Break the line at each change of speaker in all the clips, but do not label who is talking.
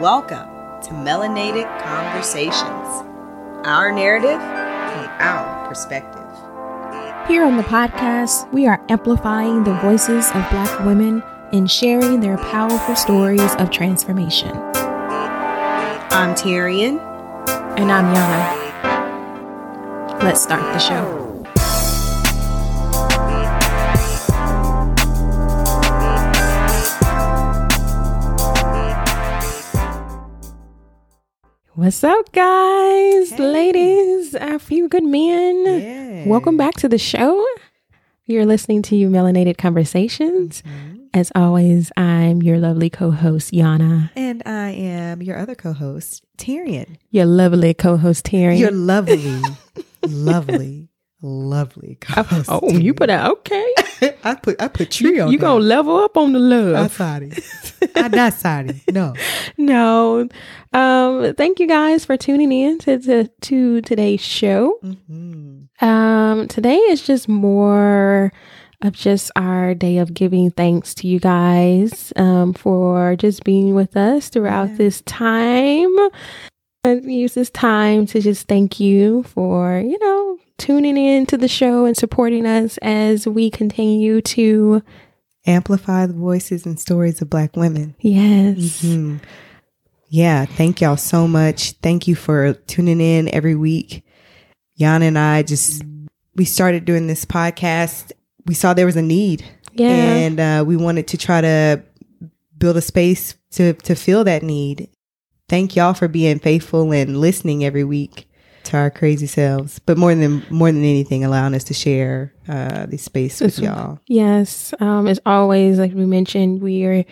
Welcome to Melanated Conversations, our narrative and our perspective.
Here on the podcast, we are amplifying the voices of Black women and sharing their powerful stories of transformation.
I'm Tyrion.
And I'm Yana. Let's start the show. What's up, guys,
Hey.
ladies, a few good men? Welcome back to the show. You're listening to Melanated Conversations.
Mm-hmm.
As always, I'm your lovely co host, Yana,
And I am your other co host, Tyrion.
your lovely co host, Terry.
Your lovely, lovely, lovely co host.
oh, you put out, okay.
I put I put tree
you
on
you going to level up on the
I'm
love.
sorry. I'm not sorry. No.
no. Um, thank you guys for tuning in to, to, to today's show.
Mhm.
Um, today is just more of just our day of giving thanks to you guys um, for just being with us throughout
Yeah.
this time. And use this time to just thank you for, you know, tuning in to the show and supporting us as we continue to,
Amplify the voices and stories of Black women.
yes.
Mhm. Yeah, thank y'all so much. Thank you for tuning in every week. Yana and I just we started doing this podcast. We saw there was a need,
Yeah.
and uh, we wanted to try to build a space to to fill that need. Thank y'all for being faithful and listening every week to our crazy selves. But more than more than anything, allowing us to share uh, this space with y'all.
Yes. Um, as always, like we mentioned, we are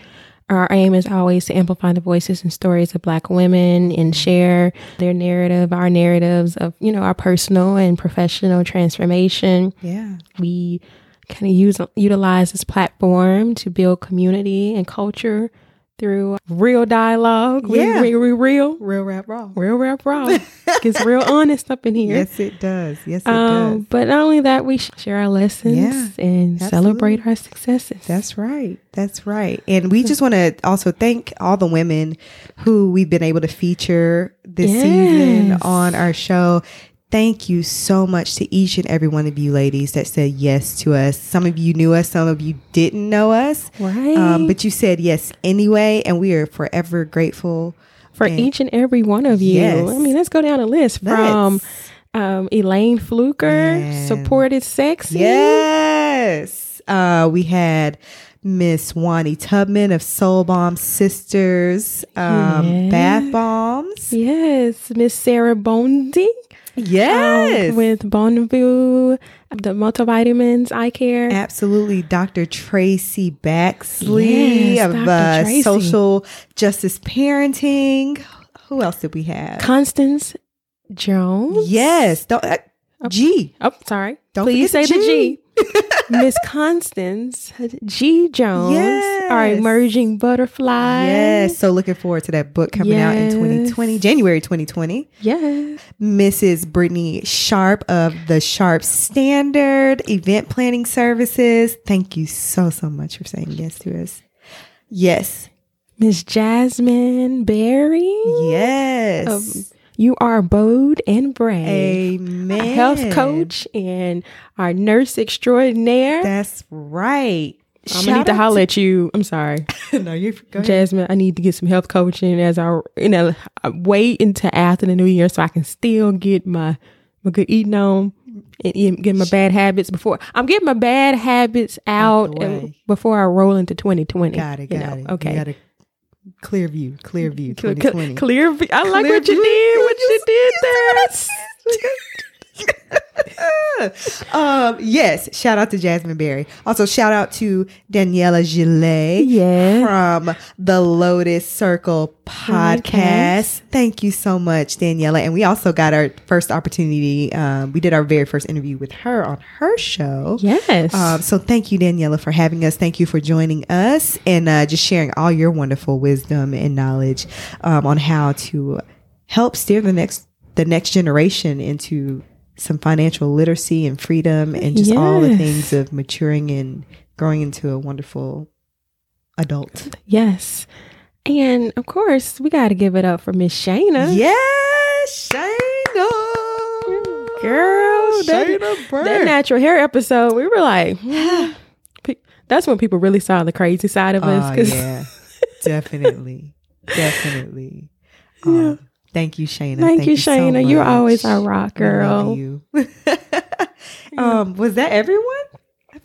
our aim is always to amplify the voices and stories of black women and share their narrative, our narratives of, you know, our personal and professional transformation.
Yeah,
We kind of use utilize this platform to build community and culture through real dialogue. We-
Yeah.
We, we, real,
real rap raw.
real rap raw. Gets real honest up in here.
Yes, it does. Yes, it does.
Um, but not only that, we sh- share our lessons
Yeah,
and celebrate our successes.
That's right. That's right. And we just want to also thank all the women who we've been able to feature this
Yes.
season on our show. Thank you so much to each and every one of you ladies that said yes to us. Some of you knew us, some of you didn't know us.
right.
Um, but you said yes anyway, and we are forever grateful.
for
and-
each and every one of you.
Yes.
I mean, let's go down a list from
That's-
um, Elaine Fluker,
Man.
supported sexy.
Yes. Uh, we had Miss Wani Tubman of Soul Bomb Sisters, um,
Yeah.
Bath Bombs.
Yes, Miss Sarah Bondi
Yes.
um, with Bonview, the multivitamins, eye care.
Absolutely. Dr. Tracy Baxley
Yes,
of
Dr.
Uh,
Tracy.
Social Justice Parenting. Who else did we have?
Constance Jones.
yes. Don't, uh, G.
Oh, sorry.
Don't
Please say
forget
the
G.
G. Miss Constance G. Jones, our
Yes.
emerging butterfly.
Yes. So looking forward to that book coming out in
Yes.
2020, January 2020.
Yes.
Mrs. Brittany Sharp of the Sharp Standard Event Planning Services. Thank you so, so much for saying yes to us. Yes.
Miss Jasmine Berry.
Yes.
Of- You are bold and brave.
Amen.
Our health coach and our nurse extraordinaire.
That's right.
I'm gonna need to holler at you. I'm sorry,
no, you go ahead.
Jasmine. I need to get some health coaching as I, you know, I wait until after the new year so I can still get my my good eating on and, and get my bad habits before I'm getting my bad habits
Out
out
the
and-
way.
before I roll into 2020.
Got it. Got
you know,
it.
Okay.
You got a clear view. Clear view.
Cl-
2020.
cl- Clear. v- I like
Clear
what you
view.
did. What you did there.
um, yes. Shout out to Jasmine Berry. Also, shout out to Daniela Gillet
Yes.
from the Lotus Circle podcast. Thank you so much, Daniela. And we also got our first opportunity. Um, we did our very first interview with her on her show.
Yes.
Um, so thank you, Daniela, for having us. Thank you for joining us and uh, just sharing all your wonderful wisdom and knowledge um, on how to help steer the next the next generation into some financial literacy and freedom and just all the
Yes.
things of maturing and growing into a wonderful adult.
Yes. And of course, we got to give it up for Miss Shayna.
Yes, Shayna.
Girl, that,
Shayna
that
Burke.
natural hair episode, we were like, hmm. Pe- that's when people really saw the crazy side of us.
Oh,
'cause-
yeah, definitely, definitely. Um, Thank you, Shayna.
Thank, you,
so
Shayna. You're
much.
always our rock
We love
girl.
you. um, was that everyone?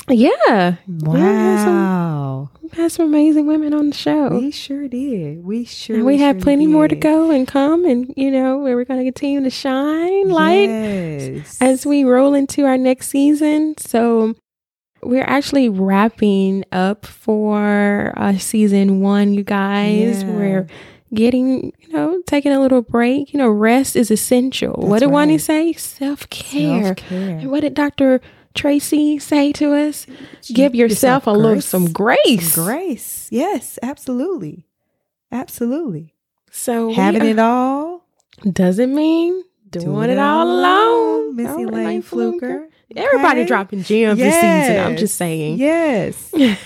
Yeah.
Wow,
we had some- We had some amazing women on the show.
we sure did. We sure.
Oh. and we have
sure
plenty more to
did.
go and come. And, you know, we're going to continue to shine light
Yes.
as we roll into our next season. So we're actually wrapping up for uh, season one, you guys.
Yeah.
We're getting, you know, taking a little break. You know, rest is essential. what
That's
did Wani
right.
say? Self care.
Self-care.
And what did Dr. Tracy say to us? Give yourself, a little some grace.
Some grace. Yes, absolutely, absolutely.
So we
Having
are-
it all,
doesn't mean doing, it all alone.
Missy
All right,
Lane Fluker.
Everybody
Okay?
dropping gems this season. I'm
Yes.
just saying.
Yes,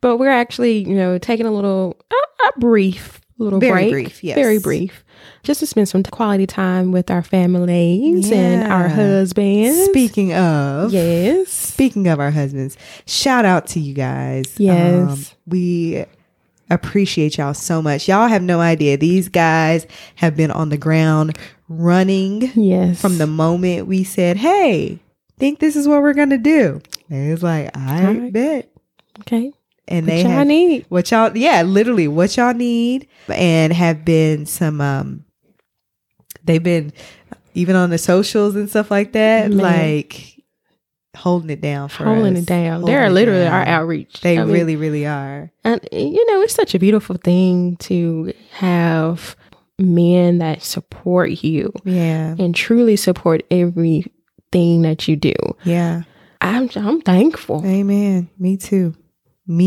but we're actually, you know, taking a little, a, a brief little
Very
break.
brief, yes.
Very brief. Just to spend some quality time with our families and our
Yeah.
husbands.
Speaking of,
Yes.
speaking of our husbands, shout out to you guys. Um,
Yes.
we appreciate y'all so much. Y'all have no idea. These guys have been on the ground running
Yes.
from the moment we said, "Hey, think this is what we're gonna do." And it's like, I
All right.
bet.
Okay.
And
What
they
y'all
have
need.
what y'all, yeah, literally what y'all need, and have been some. um They've been even on the socials and stuff like that,
Man.
like holding it down for
Holding
us.
it down.
Holding
They're
it
literally
down.
our outreach.
They
I mean,
really, really are.
And you know, it's such a beautiful thing to have men that support you
Yeah,
and truly support everything that you do.
yeah.
I'm I'm thankful.
Amen. Me too.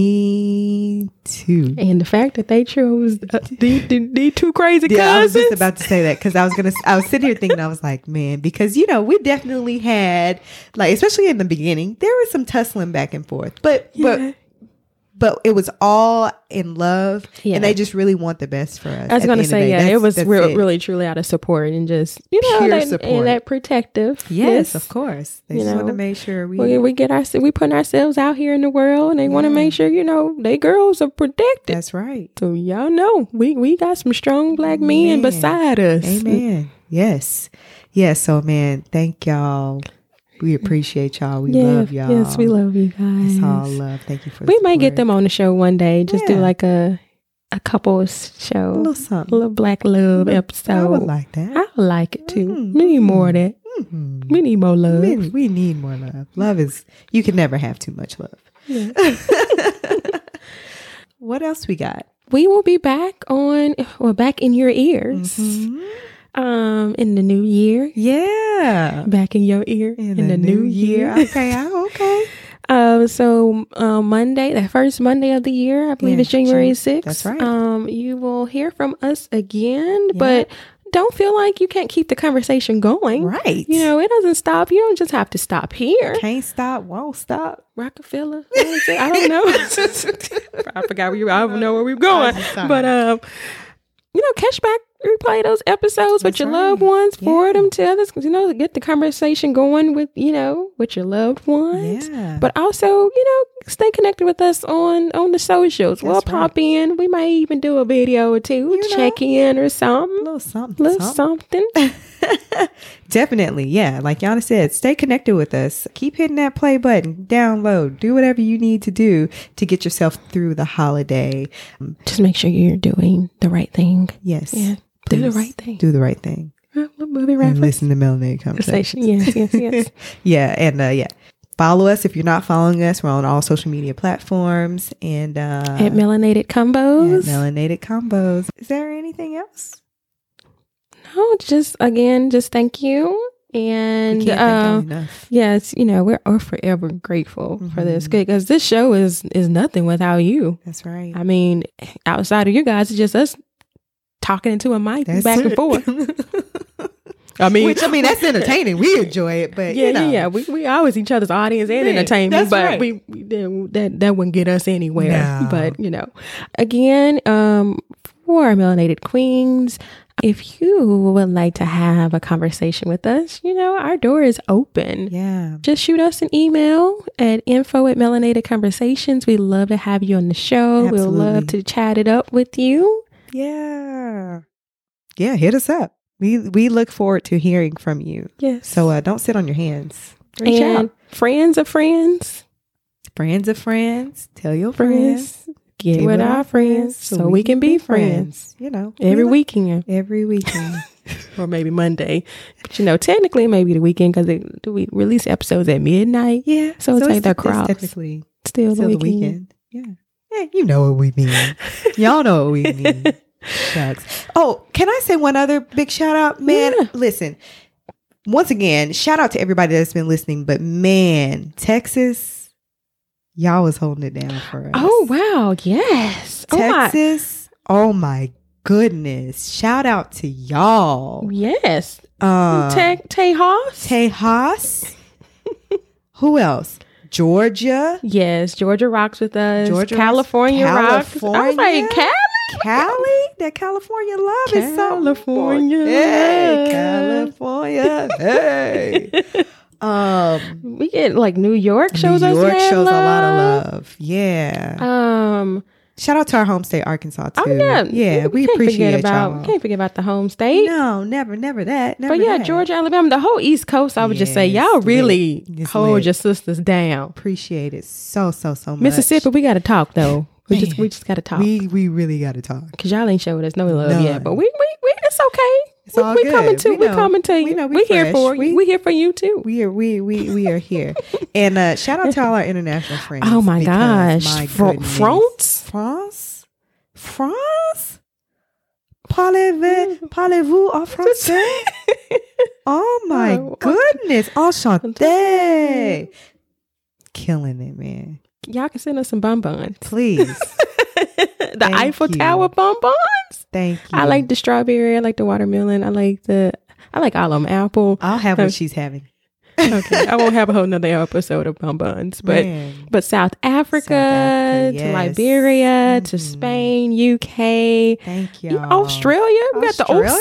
Me too.
And the fact that they chose uh, the, the, the two crazy
Yeah, I was
cousins.
just about to say that because I was gonna. I was sitting here thinking, I was like, man, because you know, we definitely had like, especially in the beginning, there was some tussling back and forth, but
Yeah.
but but it was all in love,
Yeah.
and they just really want the best for us.
I was
at the
going to
end of the
say,
day.
yeah,
That's-
it was
that's
real,
it.
really truly out of support and just, you know,
Pure
that,
support.
and that protective.
Yes, of course. They
You
just want
know,
to make sure we.
We, we get our we putting ourselves out here in the world, and they want to
Yeah.
make sure you know they girls are protected.
that's right.
So y'all know we we got some strong black
Man.
men beside us.
Amen. Yes. Yes. So, man, thank y'all. We appreciate y'all. We
Yeah,
love y'all.
Yes, we love you
It's all
guys.
love. Thank you for. the
We might get
support.
them on the show one day. Just do
Yeah.
like a a couples show,
a little
a
something.
little black love episode.
I would like that.
I would like it too.
Mm,
We need more of that.
Mhm.
We need more love.
We, we need more love. Love is you can never have too much love.
Yeah.
What else we got?
We will be back on well back in your ears.
Mhm.
Um, in the new year.
Yeah.
Back in your ear in, the, new, year.
okay, I, okay.
Um, so uh, Monday, the first Monday of the year, I believe
Yeah,
it's January
Jan-
6th.
that's right.
Um, you will hear from us again,
Yeah.
but don't feel like you can't keep the conversation going.
Right.
You know, it doesn't stop. You don't just have to stop here.
can't stop, won't stop.
Rockefeller. what is it? I don't know. I forgot where you I don't know where we were going.
I'm sorry.
But um, you know, catch back, replay those episodes with
That's
your
right.
loved ones,
Yeah.
forward them to others, you know, get the conversation going with, you know, with your loved ones
Yeah.
but also you know stay connected with us on on the socials we'll
That's
pop in we might even do a video or two
know.
check in or
a
something
little something.
little
something.
something
Definitely, yeah. Like Yana said, stay connected with us. Keep hitting that play button, download, do whatever you need to do to get yourself through the holiday.
just make sure you're doing the right thing
Yes.
yeah do the
Please
right thing
Do the right thing.
Right, we'll movie
and
reference
listen to Melanated
conversation
Conversations.
yes yes yes
yeah, and uh, yeah, follow us if you're not following us. We're on all social media platforms and uh,
at melanated
at
combos
Melanated Combos. Is there anything else?
no Oh, just again just thank you
We
and
can't
uh,
thank y'all enough.
yes you know we're, we're forever grateful for this
Mhm.
because this show is is nothing without you
That's right.
I mean, outside of you guys, it's just us talking into a mic
That's
back
it.
and forth. I mean,
Which I mean, that's entertaining. We enjoy it, but
yeah,
you know,
yeah, yeah. We we always each other's audience and
Yeah, that's
entertainment, but
right.
we we- that that wouldn't get us anywhere.
No.
But you know, again, um, or melanated queens. If you would like to have a conversation with us, you know, our door is open.
Yeah.
Just shoot us an email at info at melanated conversations. we love to have you on the show. We'll love
Absolutely.
to chat it up with you.
Yeah. Yeah. Hit us up. We we look forward to hearing from you.
Yes.
So uh, don't sit on your hands. Reach
and
out.
friends of friends,
Friends of friends. Tell your friends.
friends, get
Get
with our friends so we can be friends
You know,
every
we-
weekend.
Every weekend.
or maybe Monday. But you know, technically, maybe the weekend because we release episodes at midnight.
yeah.
So it's like the cross.
Technically,
Still,
still the
the weekend.
weekend. Yeah. Yeah. You know what we mean. Y'all know what we mean. Shucks. Oh, can I say one other big shout out? Man,
Yeah.
listen. Once again, shout out to everybody that's been listening, but man, Texas, y'all was holding it down for us.
oh wow! Oh, Yes.
Texas, oh my, goodness. Shout out to
Oh
y'all.
my. Yes.
Um,
Tay Tejas.
Tejas. Who else? Georgia,
yes. Georgia rocks with us.
Georgia rocks-
California rocks. I was like,
California?
Cali.
Cali. That California love is something.
California
Hey,
love.
California. Hey. Um,
We get like New York shows
New
us
York
mad
shows a lot
love.
of love. Yeah.
Um.
Shout out to our home state, Arkansas, too.
Oh yeah.
Yeah, we,
can't
appreciate
forget about.
y'all.
We can't forget about the home state.
No, never, never that. Never
But yeah,
that.
Georgia, Alabama, the whole East Coast, I would just say,
Yeah,
y'all
it's
really
lit. It's
hold
lit.
your sisters down.
Appreciate it so, so, so much.
Mississippi, we got to talk though. We just
Man.
we just got to talk
We, we really got to talk.
because y'all ain't showed us no love
None.
yet. But we we, we it's okay.
It's
we,
all
we
good.
coming to
We
we
know.
coming to you.
We
We
know we
here
fresh.
for you.
We-
We, here for you too.
We are we we we are here, and uh, shout out to all our international friends.
oh my
because,
gosh,
my
Fro-
goodness.
France.
France, France, parlez-vous,
Mm.
parlez-vous en français? oh my
Oh, oh.
goodness, enchanté! Killing it, man.
Y'all can send us some bonbons.
Please,
the Eiffel
you.
Tower bonbons.
thank you.
I like the strawberry. I like the watermelon. I like the I like all of them. Apple.
I'll have what she's having,
Okay, I won't have a whole nother episode of bonbons, but.
Man.
But South Africa, Mm-hmm.
Africa,
to
yes.
Liberia, to
Mhm.
Spain, UK,
thank you.
yeah, Australia. We got the Aussies,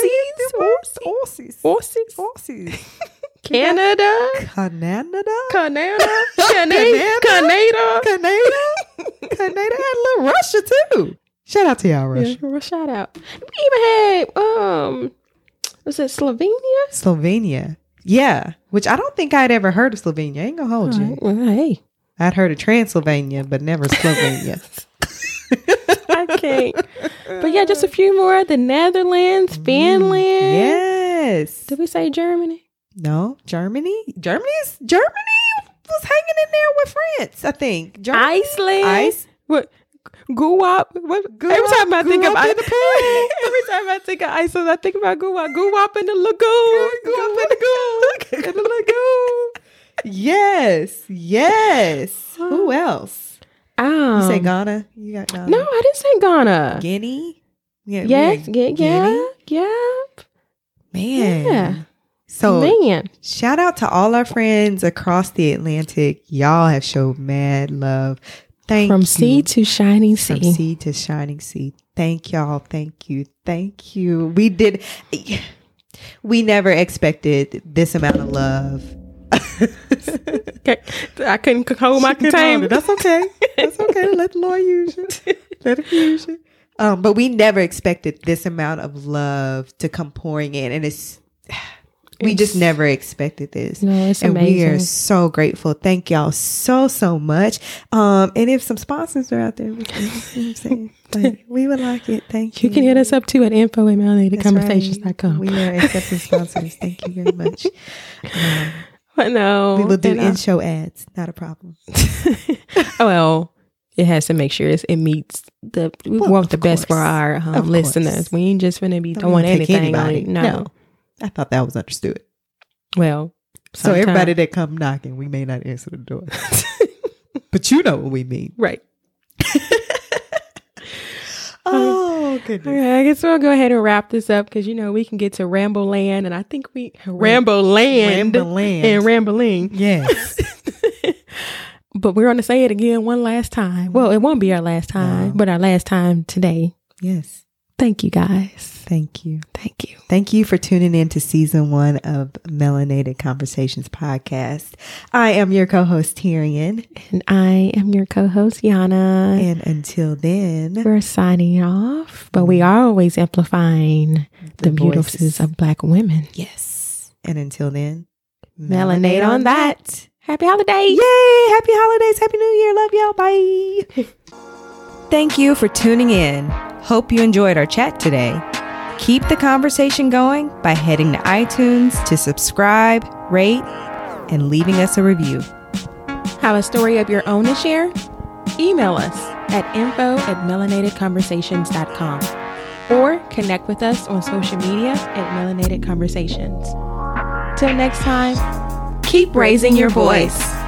Oh,
Aussies,
Aussies, Aussies,
Aussies,
Canada,
Canada.
Canada,
Canada.
Canada, Canada.
Canada. Canada had a little Russia too. Shout out to y'all, Russia.
Yeah, well, shout out. We even had um, was it Slovenia?
Slovenia. Yeah. Which I don't think I'd ever heard of Slovenia. ain't gonna hold you.
All right, well, hey,
I'd heard of Transylvania, but never Slovenia.
I can't. but yeah, just a few more: the Netherlands, Finland.
yes.
Did we say Germany?
No. Germany? Germany's Germany was hanging in there with France, I think. Germany.
Iceland.
Ice.
What? Guwap. What?
Guwap-
every time I think of
guwap in
I-
the pool.
every time I think of Iceland, I think about guwap. Guwap in the lagoon. Guwap in the lagoon. in the lagoon.
Yes. Yes. Who else?
Um,
You say Ghana? You got Ghana.
No, I didn't say Ghana.
Guinea? Yeah, we
yes.
had
Yeah. Yeah.
Guinea?
Yeah.
Man.
Yeah.
So
Man.
shout out to all our friends across the Atlantic. Y'all have showed mad love. Thank
From
you.
sea to shining
From
sea.
sea to shining sea. Thank y'all. Thank you. Thank you. We did we never expected this amount of love.
Okay. I couldn't hold my
She can hold it.
container.
That's okay. That's okay. Let the Lord use it. Let him use it. Um, but we never expected this amount of love to come pouring in, and it's we just
It's-
never expected this.
No, it's
and we are
amazing.
so grateful. Thank y'all so so much. Um, and if some sponsors are out there, we, can, you know what I'm saying? Like, we would like it. Thank you.
You can hit us up too at info at
That's right.
melanated conversations.com.
We are accepting sponsors. Thank you very much. Um,
I know.
we will do
And, uh,
in show ads. Not a problem.
well, it has to make sure it's, it meets the we
Well,
want the
of
best for
course.
our
Of
um,
course.
listeners. We ain't just gonna be
I
throwing
wouldn't pick
anything on
anybody.
it. No.
No. I thought that was understood.
Well,
So
sometime-
everybody that come knocking, we may not answer the door. but you know what we mean.
right.
Oh
All
goodness.
right. I guess we'll go ahead and wrap this up because you know we can get to Ramble Land, and I think we Ramble Land
Ramblin'.
and Rambling.
yes.
But we're gonna say it again one last time. Well, it won't be our last time,
No.
but our last time today.
yes.
Thank you guys.
Thank you.
Thank you.
Thank you for tuning in to season one of Melanated Conversations podcast. I am your co host, Tyrion.
And I am your co host, Yana.
And until then,
We're signing off, but we are always amplifying the, beauties
voices.
of black women.
yes. And until then,
Melanate on that. Happy holidays.
Yay! Happy holidays. Happy New Year. Love y'all. Bye. Thank you for tuning in. Hope you enjoyed our chat today. Keep the conversation going by heading to iTunes to subscribe, rate, and leaving us a review.
Have a story of your own to share? Email us at info at melanatedconversations.com or connect with us on social media at Melanated Conversations. Till next time, keep raising your voice.